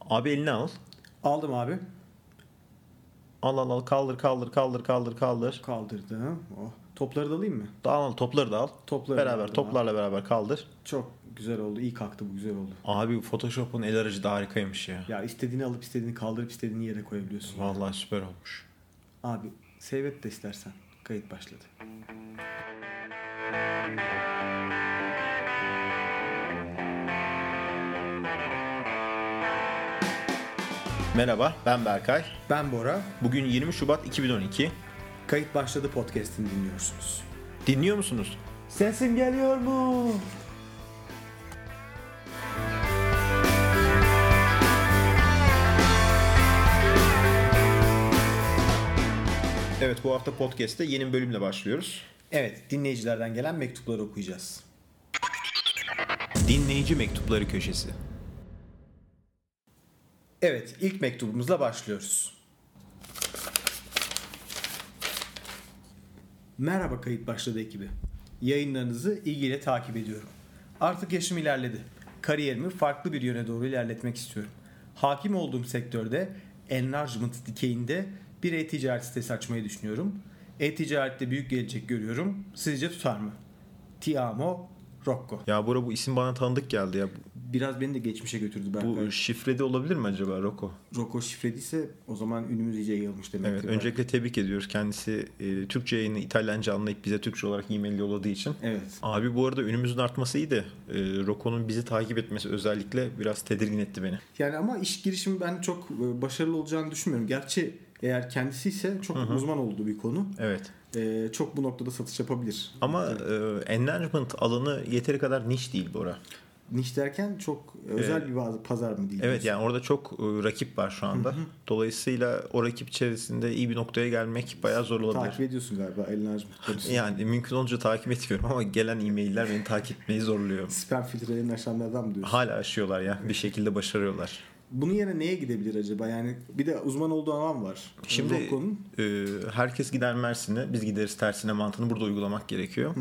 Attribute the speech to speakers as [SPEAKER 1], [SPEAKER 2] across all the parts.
[SPEAKER 1] Abi eline al.
[SPEAKER 2] Aldım abi.
[SPEAKER 1] Al al al kaldır kaldır kaldır kaldır kaldır.
[SPEAKER 2] Kaldırdım. Oh. Topları da alayım mı?
[SPEAKER 1] Al al topları da al.
[SPEAKER 2] Topları da
[SPEAKER 1] beraber
[SPEAKER 2] aldım
[SPEAKER 1] toplarla beraber kaldır.
[SPEAKER 2] Çok güzel oldu. İyi kalktı bu güzel oldu.
[SPEAKER 1] Abi Photoshop'un el aracı da harikaymış ya.
[SPEAKER 2] Ya istediğini alıp istediğini kaldırıp istediğini yere koyabiliyorsun.
[SPEAKER 1] Vallahi süper olmuş.
[SPEAKER 2] Abi save et de istersen. Kayıt başladı.
[SPEAKER 1] Merhaba ben Berkay.
[SPEAKER 2] Ben Bora.
[SPEAKER 1] Bugün 20 Şubat 2012.
[SPEAKER 2] Kayıt başladı podcast'ini dinliyorsunuz.
[SPEAKER 1] Dinliyor musunuz?
[SPEAKER 2] Sesim geliyor mu?
[SPEAKER 1] Evet bu hafta podcast'te yeni bir bölümle başlıyoruz.
[SPEAKER 2] Evet dinleyicilerden gelen mektupları okuyacağız.
[SPEAKER 1] Dinleyici mektupları köşesi.
[SPEAKER 2] Evet ilk mektubumuzla başlıyoruz. Merhaba kayıt başladı ekibi. Yayınlarınızı ilgiyle takip ediyorum. Artık yaşım ilerledi. Kariyerimi farklı bir yöne doğru ilerletmek istiyorum. Hakim olduğum sektörde enlargement dikeyinde bir e-ticaret sitesi açmayı düşünüyorum. E-ticarette büyük gelecek görüyorum. Sizce tutar mı? Ti amo Rocco.
[SPEAKER 1] Ya Bora bu isim bana tanıdık geldi ya.
[SPEAKER 2] Biraz beni de geçmişe götürdü Berkay.
[SPEAKER 1] Bu şifrede olabilir mi acaba Roko?
[SPEAKER 2] Roko şifrediyse o zaman ünümüz iyice yayılmış demektir.
[SPEAKER 1] Evet, öncelikle tebrik ediyoruz kendisi e, Türkçe yayını İtalyanca anlayıp bize Türkçe olarak e-mail yolladığı için.
[SPEAKER 2] Evet.
[SPEAKER 1] Abi bu arada ünümüzün artması iyi de e, Roko'nun bizi takip etmesi özellikle biraz tedirgin etti beni.
[SPEAKER 2] Yani ama iş girişimi ben çok e, başarılı olacağını düşünmüyorum. Gerçi eğer kendisi ise çok uzman olduğu bir konu.
[SPEAKER 1] Evet.
[SPEAKER 2] E, çok bu noktada satış yapabilir.
[SPEAKER 1] Ama e, enlargement alanı yeteri kadar niş değil Bora.
[SPEAKER 2] Niş derken çok özel bir bazı pazar mı değil?
[SPEAKER 1] E, Evet yani orada çok e, rakip var şu anda. Dolayısıyla o rakip içerisinde iyi bir noktaya gelmek bayağı zor olabilir.
[SPEAKER 2] Takip ediyorsun galiba elini açmış.
[SPEAKER 1] Yani mümkün olunca takip etmiyorum ama gelen e-mailler beni takip etmeyi zorluyor.
[SPEAKER 2] Spam filtrelerini aşanlardan mı diyorsun?
[SPEAKER 1] Hala aşıyorlar ya. Bir şekilde başarıyorlar.
[SPEAKER 2] Bunun yerine neye gidebilir acaba? Yani bir de uzman olduğu alan var.
[SPEAKER 1] Şimdi
[SPEAKER 2] Rocco'nun
[SPEAKER 1] e, herkes gider Mersin'e, biz gideriz tersine mantığını burada uygulamak gerekiyor.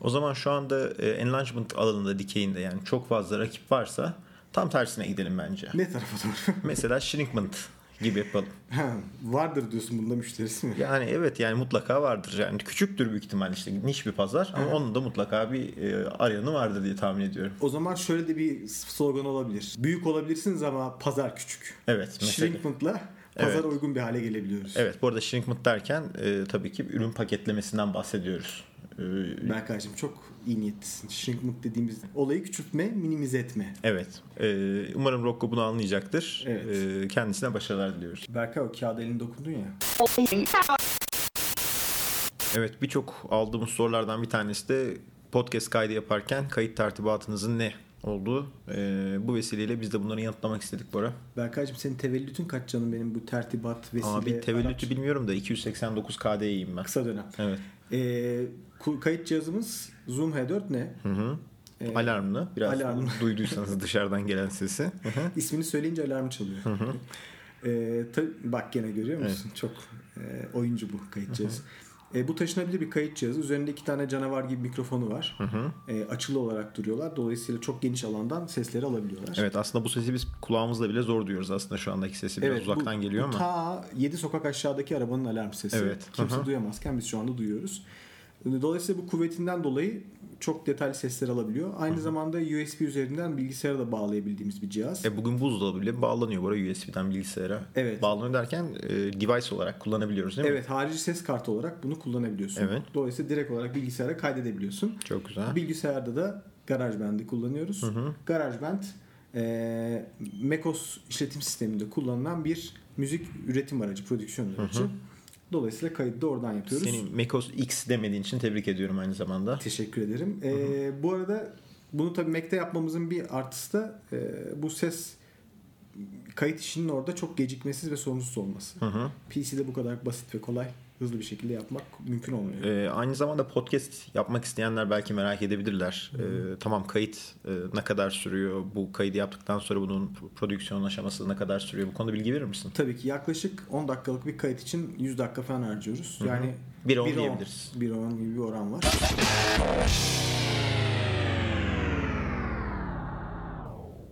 [SPEAKER 1] O zaman şu anda e, enlargement alanında, dikeyinde yani çok fazla rakip varsa tam tersine gidelim bence.
[SPEAKER 2] ne tarafa doğru?
[SPEAKER 1] Mesela shrinkment gibi yapalım.
[SPEAKER 2] Ha, Vardır diyorsun bunda müşterisi mi?
[SPEAKER 1] Yani evet yani mutlaka vardır. Yani küçüktür büyük ihtimalle işte niş bir pazar ama onun da mutlaka bir e, arayanı vardır diye tahmin ediyorum.
[SPEAKER 2] O zaman şöyle de bir slogan olabilir. Büyük olabilirsiniz ama pazar küçük.
[SPEAKER 1] Evet mesela.
[SPEAKER 2] Shrinkment'la pazara
[SPEAKER 1] Evet.
[SPEAKER 2] uygun bir hale gelebiliyoruz.
[SPEAKER 1] Evet bu arada shrinkment derken e, tabii ki ürün paketlemesinden bahsediyoruz. E,
[SPEAKER 2] Berkaycığım çok iyi niyetlisin. Shrinkment dediğimiz olayı küçültme, minimize etme.
[SPEAKER 1] Evet. Ee, umarım Rocco bunu anlayacaktır.
[SPEAKER 2] Evet.
[SPEAKER 1] Ee, kendisine başarılar diliyoruz.
[SPEAKER 2] Berkay o kağıda elini dokundun ya.
[SPEAKER 1] Evet birçok aldığımız sorulardan bir tanesi de podcast kaydı yaparken kayıt tertibatınızın ne olduğu. Ee, bu vesileyle biz de bunları yanıtlamak istedik Bora.
[SPEAKER 2] Berkaycığım senin tevellütün kaç canım benim bu tertibat vesile.
[SPEAKER 1] Abi tevellütü
[SPEAKER 2] araç-
[SPEAKER 1] bilmiyorum da 289 KD'yim ben.
[SPEAKER 2] Kısa dönem.
[SPEAKER 1] Evet.
[SPEAKER 2] Ee, ku- kayıt cihazımız Zoom H4 ne? Evet.
[SPEAKER 1] Alarmlı. Biraz
[SPEAKER 2] Ee, Alarmlı.
[SPEAKER 1] duyduysanız dışarıdan gelen sesi. Hı hı.
[SPEAKER 2] İsmini söyleyince alarm çalıyor. Ee, ta- bak gene görüyor musun? Çok e, oyuncu bu kayıt cihazı. E, bu taşınabilir bir kayıt cihazı. Üzerinde iki tane canavar gibi mikrofonu var. E, açılı olarak duruyorlar. Dolayısıyla çok geniş alandan sesleri alabiliyorlar.
[SPEAKER 1] evet aslında bu sesi biz kulağımızla bile zor duyuyoruz aslında şu andaki sesi biraz
[SPEAKER 2] Evet, bu-
[SPEAKER 1] uzaktan geliyor
[SPEAKER 2] bu
[SPEAKER 1] ama.
[SPEAKER 2] Ta 7 sokak aşağıdaki arabanın alarm sesi.
[SPEAKER 1] Evet.
[SPEAKER 2] Kimse
[SPEAKER 1] Hı hı.
[SPEAKER 2] duyamazken biz şu anda duyuyoruz. Dolayısıyla bu kuvvetinden dolayı çok detaylı sesler alabiliyor. Aynı zamanda USB üzerinden bilgisayara da bağlayabildiğimiz bir cihaz.
[SPEAKER 1] E bugün buzdolabı bile bağlanıyor Bora USB'den bilgisayara.
[SPEAKER 2] Evet.
[SPEAKER 1] Bağlanıyor derken e, device olarak kullanabiliyoruz değil mi?
[SPEAKER 2] Evet harici ses kartı olarak bunu kullanabiliyorsun.
[SPEAKER 1] Evet.
[SPEAKER 2] Dolayısıyla direkt olarak bilgisayara kaydedebiliyorsun.
[SPEAKER 1] Çok güzel.
[SPEAKER 2] Bilgisayarda da GarageBand'i kullanıyoruz. GarageBand e, macOS işletim sisteminde kullanılan bir müzik üretim aracı, prodüksiyon aracı. Dolayısıyla kayıt da oradan yapıyoruz.
[SPEAKER 1] Senin macOS X demediğin için tebrik ediyorum aynı zamanda.
[SPEAKER 2] Teşekkür ederim. E, bu arada bunu tabii Mac'te yapmamızın bir artısı da e, bu ses kayıt işinin orada çok gecikmesiz ve sorunsuz olması.
[SPEAKER 1] Hı hı.
[SPEAKER 2] PC'de bu kadar basit ve kolay hızlı bir şekilde yapmak mümkün olmuyor.
[SPEAKER 1] E, aynı zamanda podcast yapmak isteyenler belki merak edebilirler. E, tamam kayıt e, ne kadar sürüyor? Bu kaydı yaptıktan sonra bunun prodüksiyon aşaması ne kadar sürüyor? Bu konuda bilgi verir misin?
[SPEAKER 2] Tabii ki yaklaşık 10 dakikalık bir kayıt için 100 dakika falan harcıyoruz. Yani
[SPEAKER 1] Bir on
[SPEAKER 2] 1 on-
[SPEAKER 1] diyebiliriz.
[SPEAKER 2] bir on gibi bir oran var.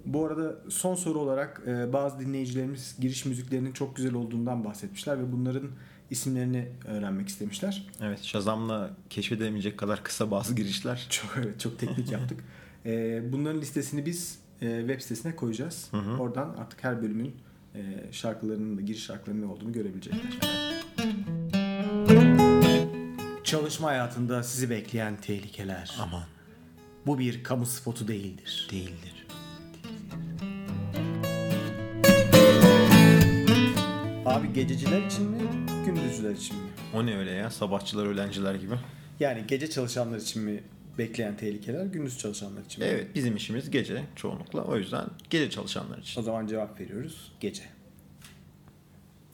[SPEAKER 2] Bu arada son soru olarak e, bazı dinleyicilerimiz giriş müziklerinin çok güzel olduğundan bahsetmişler ve bunların isimlerini öğrenmek istemişler.
[SPEAKER 1] Evet Shazam'la keşfedemeyecek kadar kısa bazı girişler.
[SPEAKER 2] Çok evet çok teknik yaptık. E, bunların listesini biz e, web sitesine koyacağız. Oradan artık her bölümün e, şarkılarının da giriş şarkılarının ne olduğunu görebilecekler. Çalışma hayatında sizi bekleyen tehlikeler.
[SPEAKER 1] Aman
[SPEAKER 2] Bu bir kamu spotu değildir.
[SPEAKER 1] değildir.
[SPEAKER 2] Abi gececiler için mi, gündüzcüler için mi?
[SPEAKER 1] O ne öyle ya sabahçılar öğrenciler gibi.
[SPEAKER 2] Yani gece çalışanlar için mi bekleyen tehlikeler, gündüz çalışanlar için mi?
[SPEAKER 1] Evet bizim işimiz gece çoğunlukla o yüzden gece çalışanlar için.
[SPEAKER 2] O zaman cevap veriyoruz. Gece.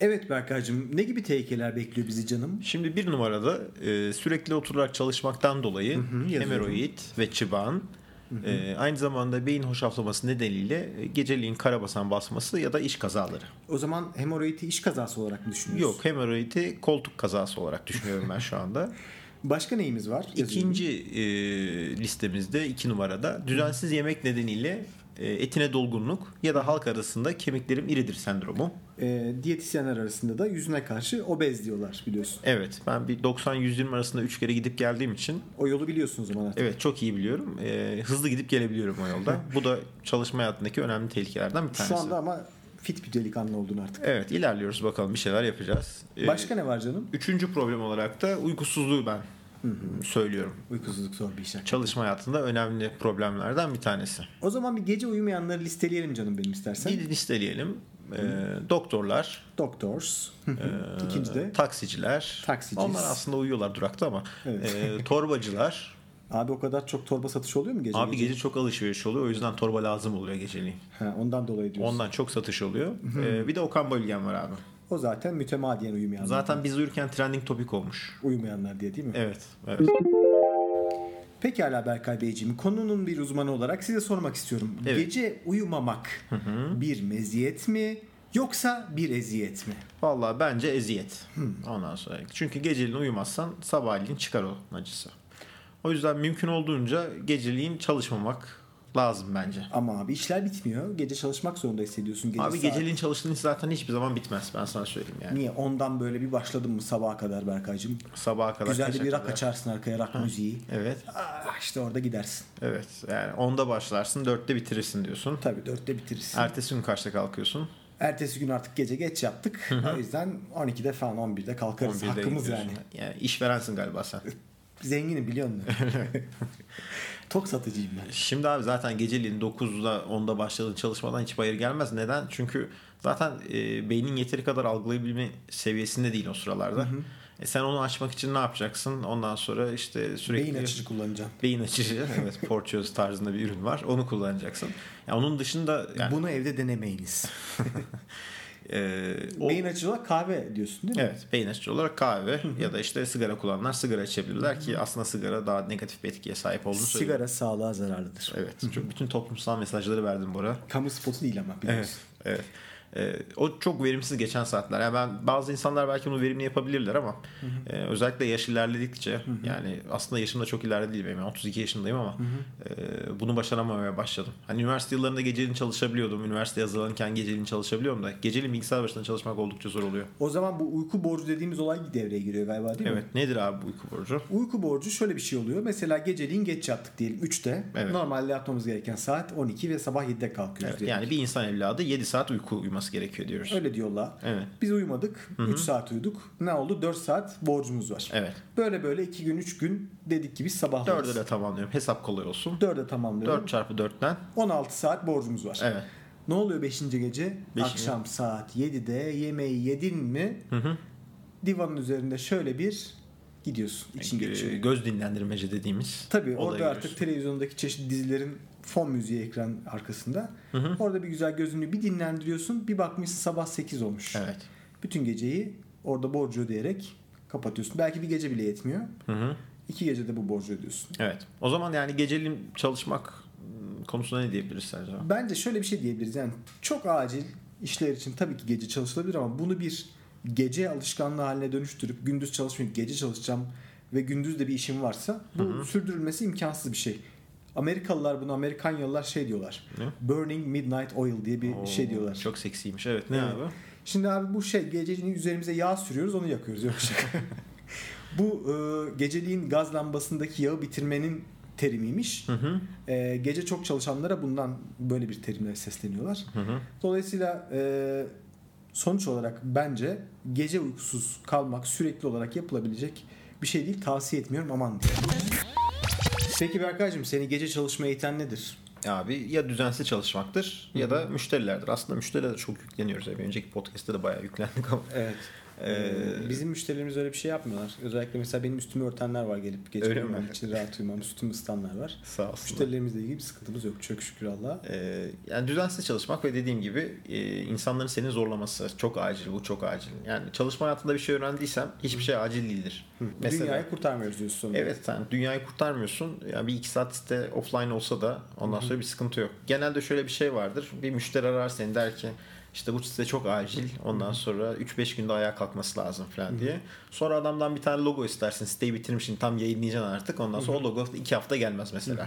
[SPEAKER 2] Evet Berkay'cığım ne gibi tehlikeler bekliyor bizi canım?
[SPEAKER 1] Şimdi bir numarada e, sürekli oturarak çalışmaktan dolayı hemeroid ve çıban e, aynı zamanda beyin hoşaflaması nedeniyle e, geceliğin karabasan basması ya da iş kazaları.
[SPEAKER 2] O zaman hemoroidi iş kazası olarak mı düşünüyorsun?
[SPEAKER 1] Yok hemeroidi koltuk kazası olarak düşünüyorum ben şu anda.
[SPEAKER 2] Başka neyimiz var?
[SPEAKER 1] İkinci e, listemizde iki numarada düzensiz yemek nedeniyle e, etine dolgunluk ya da halk arasında kemiklerim iridir sendromu.
[SPEAKER 2] Ee, diyetisyenler arasında da yüzüne karşı obez diyorlar biliyorsun.
[SPEAKER 1] Evet ben bir 90-120 arasında 3 kere gidip geldiğim için
[SPEAKER 2] O yolu biliyorsun o zaman artık.
[SPEAKER 1] evet çok iyi biliyorum. E, hızlı gidip gelebiliyorum o yolda. Bu da çalışma hayatındaki önemli tehlikelerden bir tanesi.
[SPEAKER 2] Şu anda ama fit bir delikanlı oldun artık.
[SPEAKER 1] Evet ilerliyoruz bakalım bir şeyler yapacağız. E,
[SPEAKER 2] Başka ne var canım?
[SPEAKER 1] Üçüncü problem olarak da uykusuzluğu ben söylüyorum.
[SPEAKER 2] Uykusuzluk zor bir iş. hakikaten.
[SPEAKER 1] Çalışma hayatında önemli problemlerden bir tanesi.
[SPEAKER 2] O zaman bir gece uyumayanları listeleyelim canım benim istersen.
[SPEAKER 1] Bir listeleyelim. E, doktorlar,
[SPEAKER 2] Doctors.
[SPEAKER 1] Ee,
[SPEAKER 2] İkinci de.
[SPEAKER 1] taksiciler.
[SPEAKER 2] Taksiciyiz.
[SPEAKER 1] Onlar aslında uyuyorlar durakta ama.
[SPEAKER 2] Evet.
[SPEAKER 1] E, torbacılar.
[SPEAKER 2] Abi o kadar çok torba satışı oluyor mu gece?
[SPEAKER 1] Abi gece çok alışveriş oluyor. O yüzden torba lazım oluyor geceliğin.
[SPEAKER 2] Ha, ondan dolayı diyorsun.
[SPEAKER 1] Ondan çok satış oluyor. E, bir de Okan Bölgen var abi.
[SPEAKER 2] O zaten mütemadiyen uyumayanlar.
[SPEAKER 1] Zaten biz uyurken trending topik olmuş.
[SPEAKER 2] uyumayanlar diye değil mi?
[SPEAKER 1] Evet. evet.
[SPEAKER 2] Pekala Berkay Beyciğim, konunun bir uzmanı olarak size sormak istiyorum.
[SPEAKER 1] Evet.
[SPEAKER 2] Gece uyumamak bir meziyet mi yoksa bir eziyet mi?
[SPEAKER 1] Vallahi bence eziyet. Hmm, Ondan sonra. Çünkü geceliğin uyumazsan sabahleyin çıkar o acısı. O yüzden mümkün olduğunca geceliğin çalışmamak lazım bence.
[SPEAKER 2] Ama abi işler bitmiyor. Gece çalışmak zorunda hissediyorsun. Gece
[SPEAKER 1] Abi
[SPEAKER 2] saat-
[SPEAKER 1] geceliğin çalıştığın iş zaten hiçbir zaman bitmez. Ben sana söyleyeyim yani.
[SPEAKER 2] Niye? Ondan böyle bir başladın mı sabaha kadar Berkay'cığım?
[SPEAKER 1] Sabaha kadar.
[SPEAKER 2] Güzel de
[SPEAKER 1] kaça
[SPEAKER 2] bir rock
[SPEAKER 1] kadar.
[SPEAKER 2] açarsın arkaya rock müziği.
[SPEAKER 1] Evet.
[SPEAKER 2] Aa, işte orada gidersin.
[SPEAKER 1] Evet. Yani 10'da başlarsın, 4'te bitirirsin diyorsun.
[SPEAKER 2] Tabii dörtte bitirirsin.
[SPEAKER 1] Ertesi gün kaçta kalkıyorsun?
[SPEAKER 2] Ertesi gün artık gece geç yattık. o yüzden 12'de falan 11'de kalkarız.
[SPEAKER 1] 11'de
[SPEAKER 2] Hakkımız
[SPEAKER 1] gidiyorsun.
[SPEAKER 2] yani.
[SPEAKER 1] yani. işverensin galiba sen.
[SPEAKER 2] Zenginim biliyor musun? Tok satıcıyım ben.
[SPEAKER 1] Şimdi abi zaten geceliğin 9'da 10'da başladığın çalışmadan hiç bayır gelmez. Neden? Çünkü zaten e, beynin yeteri kadar algılayabilme seviyesinde değil o sıralarda. E, sen onu açmak için ne yapacaksın? Ondan sonra işte sürekli...
[SPEAKER 2] Beyin açıcı kullanacağım.
[SPEAKER 1] Beyin açıcı. evet, Porteous tarzında bir ürün var. Onu kullanacaksın. Ya onun dışında yani,
[SPEAKER 2] Bunu evde denemeyiniz.
[SPEAKER 1] e, o-
[SPEAKER 2] Beyin açıcı olarak kahve diyorsun değil mi?
[SPEAKER 1] Evet beyin açıcı olarak kahve ya da işte sigara kullananlar sigara içebilirler ki aslında sigara daha negatif bir etkiye sahip olduğunu söylüyor.
[SPEAKER 2] Sigara sağlığa zararlıdır.
[SPEAKER 1] Evet çok bütün toplumsal mesajları verdim Bora.
[SPEAKER 2] Kamu spotu değil ama biliyorsun.
[SPEAKER 1] Evet. Ee, o çok verimsiz geçen saatler. Yani ben bazı insanlar belki bunu verimli yapabilirler ama e, özellikle yaş ilerledikçe yani aslında yaşım da çok ileride değil benim. Yani 32 yaşındayım ama e, bunu başaramamaya başladım. Hani üniversite yıllarında geceliğin çalışabiliyordum. Üniversite hazırlanırken geceliğin çalışabiliyorum da geceliğin bilgisayar başında çalışmak oldukça zor oluyor.
[SPEAKER 2] O zaman bu uyku borcu dediğimiz olay devreye giriyor galiba değil mi?
[SPEAKER 1] Evet. Nedir abi bu uyku borcu?
[SPEAKER 2] Uyku borcu şöyle bir şey oluyor. Mesela geceliğin geç yattık diyelim 3'te.
[SPEAKER 1] Evet.
[SPEAKER 2] Normalde yatmamız gereken saat 12 ve sabah 7'de kalkıyoruz
[SPEAKER 1] Evet,
[SPEAKER 2] diyelim.
[SPEAKER 1] yani bir insan evladı 7 saat uyku uyuması gerekiyor diyoruz.
[SPEAKER 2] Öyle diyorlar.
[SPEAKER 1] Evet.
[SPEAKER 2] Biz uyumadık. 3 saat uyuduk. Ne oldu? 4 saat borcumuz var.
[SPEAKER 1] Evet.
[SPEAKER 2] Böyle böyle 2 gün 3 gün dedik ki biz sabahlarız.
[SPEAKER 1] 4'e de tamamlıyorum. Hesap kolay olsun.
[SPEAKER 2] 4'e tamamlıyorum.
[SPEAKER 1] 4 çarpı 4'ten.
[SPEAKER 2] 16 saat borcumuz var.
[SPEAKER 1] Evet.
[SPEAKER 2] Ne oluyor 5. gece?
[SPEAKER 1] Beşinci.
[SPEAKER 2] Akşam saat 7'de yemeği yedin mi? Divanın üzerinde şöyle bir gidiyorsun. İçin geçiyor.
[SPEAKER 1] Gö- e, Göz dinlendirmeci dediğimiz.
[SPEAKER 2] Tabii
[SPEAKER 1] olaya
[SPEAKER 2] orada
[SPEAKER 1] giriyorsun.
[SPEAKER 2] artık televizyondaki çeşitli dizilerin fon müziği ekran arkasında. Orada bir güzel gözünü bir dinlendiriyorsun. Bir bakmışsın sabah 8 olmuş.
[SPEAKER 1] Evet.
[SPEAKER 2] Bütün geceyi orada borcu ödeyerek kapatıyorsun. Belki bir gece bile yetmiyor. İki gecede bu borcu ödüyorsun.
[SPEAKER 1] Evet. O zaman yani geceliğin çalışmak ım, konusunda ne diyebiliriz sence?
[SPEAKER 2] Bence şöyle bir şey diyebiliriz. Yani çok acil işler için tabii ki gece çalışılabilir ama bunu bir gece alışkanlığı haline dönüştürüp gündüz çalışmayıp gece çalışacağım ve gündüz de bir işim varsa bu sürdürülmesi imkansız bir şey. Amerikalılar bunu Amerikanyalılar şey diyorlar.
[SPEAKER 1] Ne?
[SPEAKER 2] Burning Midnight Oil diye bir şey diyorlar.
[SPEAKER 1] Çok seksiymiş. Evet ne
[SPEAKER 2] Evet.
[SPEAKER 1] abi?
[SPEAKER 2] Şimdi abi bu şey geceliğin üzerimize yağ sürüyoruz onu yakıyoruz yok şaka. bu e, geceliğin gaz lambasındaki yağı bitirmenin terimiymiş.
[SPEAKER 1] Hı hı.
[SPEAKER 2] E, gece çok çalışanlara bundan böyle bir terimle sesleniyorlar.
[SPEAKER 1] Hı hı.
[SPEAKER 2] Dolayısıyla e, sonuç olarak bence gece uykusuz kalmak sürekli olarak yapılabilecek bir şey değil. Tavsiye etmiyorum aman diye. Peki Berkay'cığım seni gece çalışmaya iten nedir?
[SPEAKER 1] Abi ya düzensiz çalışmaktır ya da müşterilerdir. Aslında müşterilere de çok yükleniyoruz. abi. Önceki podcast'te de bayağı yüklendik ama.
[SPEAKER 2] Evet.
[SPEAKER 1] Ee,
[SPEAKER 2] E, Bizim müşterilerimiz öyle bir şey yapmıyorlar. Özellikle mesela benim üstümü örtenler var gelip gece
[SPEAKER 1] Öyle
[SPEAKER 2] uyumamak
[SPEAKER 1] mi?
[SPEAKER 2] için rahat uyumam, üstümü ısıtanlar var.
[SPEAKER 1] Sağ olsunlar.
[SPEAKER 2] Müşterilerimizle ilgili bir sıkıntımız yok çok şükür Allah'a.
[SPEAKER 1] Ee, yani düzensiz çalışmak ve dediğim gibi e, insanların seni zorlaması çok acil bu çok acil. Yani çalışma hayatında bir şey öğrendiysem hiçbir şey acil değildir. Mesela
[SPEAKER 2] Dünyayı kurtarmıyoruz diyorsun sonunda.
[SPEAKER 1] evet sen dünyayı kurtarmıyorsun. Yani bir iki saat site offline olsa da ondan sonra bir sıkıntı yok. Genelde şöyle bir şey vardır. Bir müşteri arar seni der ki işte bu site çok acil. Ondan sonra 3-5 günde ayağa kalkması lazım falan diye. Sonra adamdan bir tane logo istersin. Siteyi bitirmişsin tam yayınlayacaksın artık. Ondan sonra o logo 2 hafta gelmez mesela.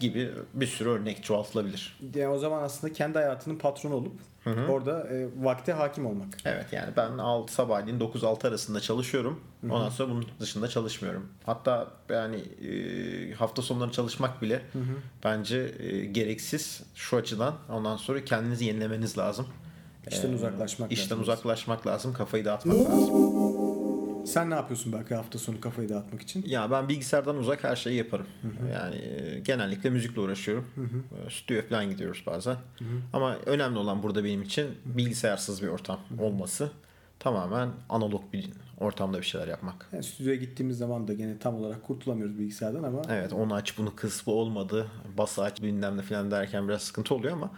[SPEAKER 1] gibi bir sürü örnek çoğaltılabilir.
[SPEAKER 2] Yani o zaman aslında kendi hayatının patronu olup orada e, vakte hakim olmak.
[SPEAKER 1] Evet yani ben 6 sabahleyin 9-6 arasında çalışıyorum. Ondan sonra bunun dışında çalışmıyorum. Hatta yani e, hafta sonları çalışmak bile bence e, gereksiz şu açıdan. Ondan sonra kendinizi yenilemeniz lazım.
[SPEAKER 2] İşten
[SPEAKER 1] Ee,
[SPEAKER 2] uzaklaşmak
[SPEAKER 1] İşten
[SPEAKER 2] lazım.
[SPEAKER 1] uzaklaşmak lazım. Kafayı dağıtmak lazım.
[SPEAKER 2] Sen ne yapıyorsun Berkay hafta sonu kafayı dağıtmak için?
[SPEAKER 1] Ya ben bilgisayardan uzak her şeyi yaparım. Yani e, genellikle müzikle uğraşıyorum. E, Stüdyo falan gidiyoruz bazen. Ama önemli olan burada benim için bilgisayarsız bir ortam olması. Tamamen analog bir ortamda bir şeyler yapmak.
[SPEAKER 2] Yani stüdyoya gittiğimiz zaman da gene tam olarak kurtulamıyoruz bilgisayardan ama
[SPEAKER 1] Evet onu aç bunu kıs bu olmadı. Bas aç bilmem ne falan derken biraz sıkıntı oluyor ama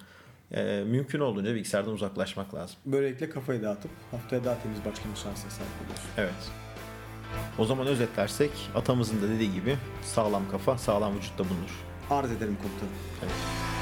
[SPEAKER 1] e, mümkün olduğunca bilgisayardan uzaklaşmak lazım.
[SPEAKER 2] böylelikle kafayı dağıtıp haftaya daha temiz başlama şansına sahip oluyorsun.
[SPEAKER 1] Evet. O zaman özetlersek atamızın da dediği gibi sağlam kafa sağlam vücutta bulunur.
[SPEAKER 2] Arz ederim komutanım.
[SPEAKER 1] Evet.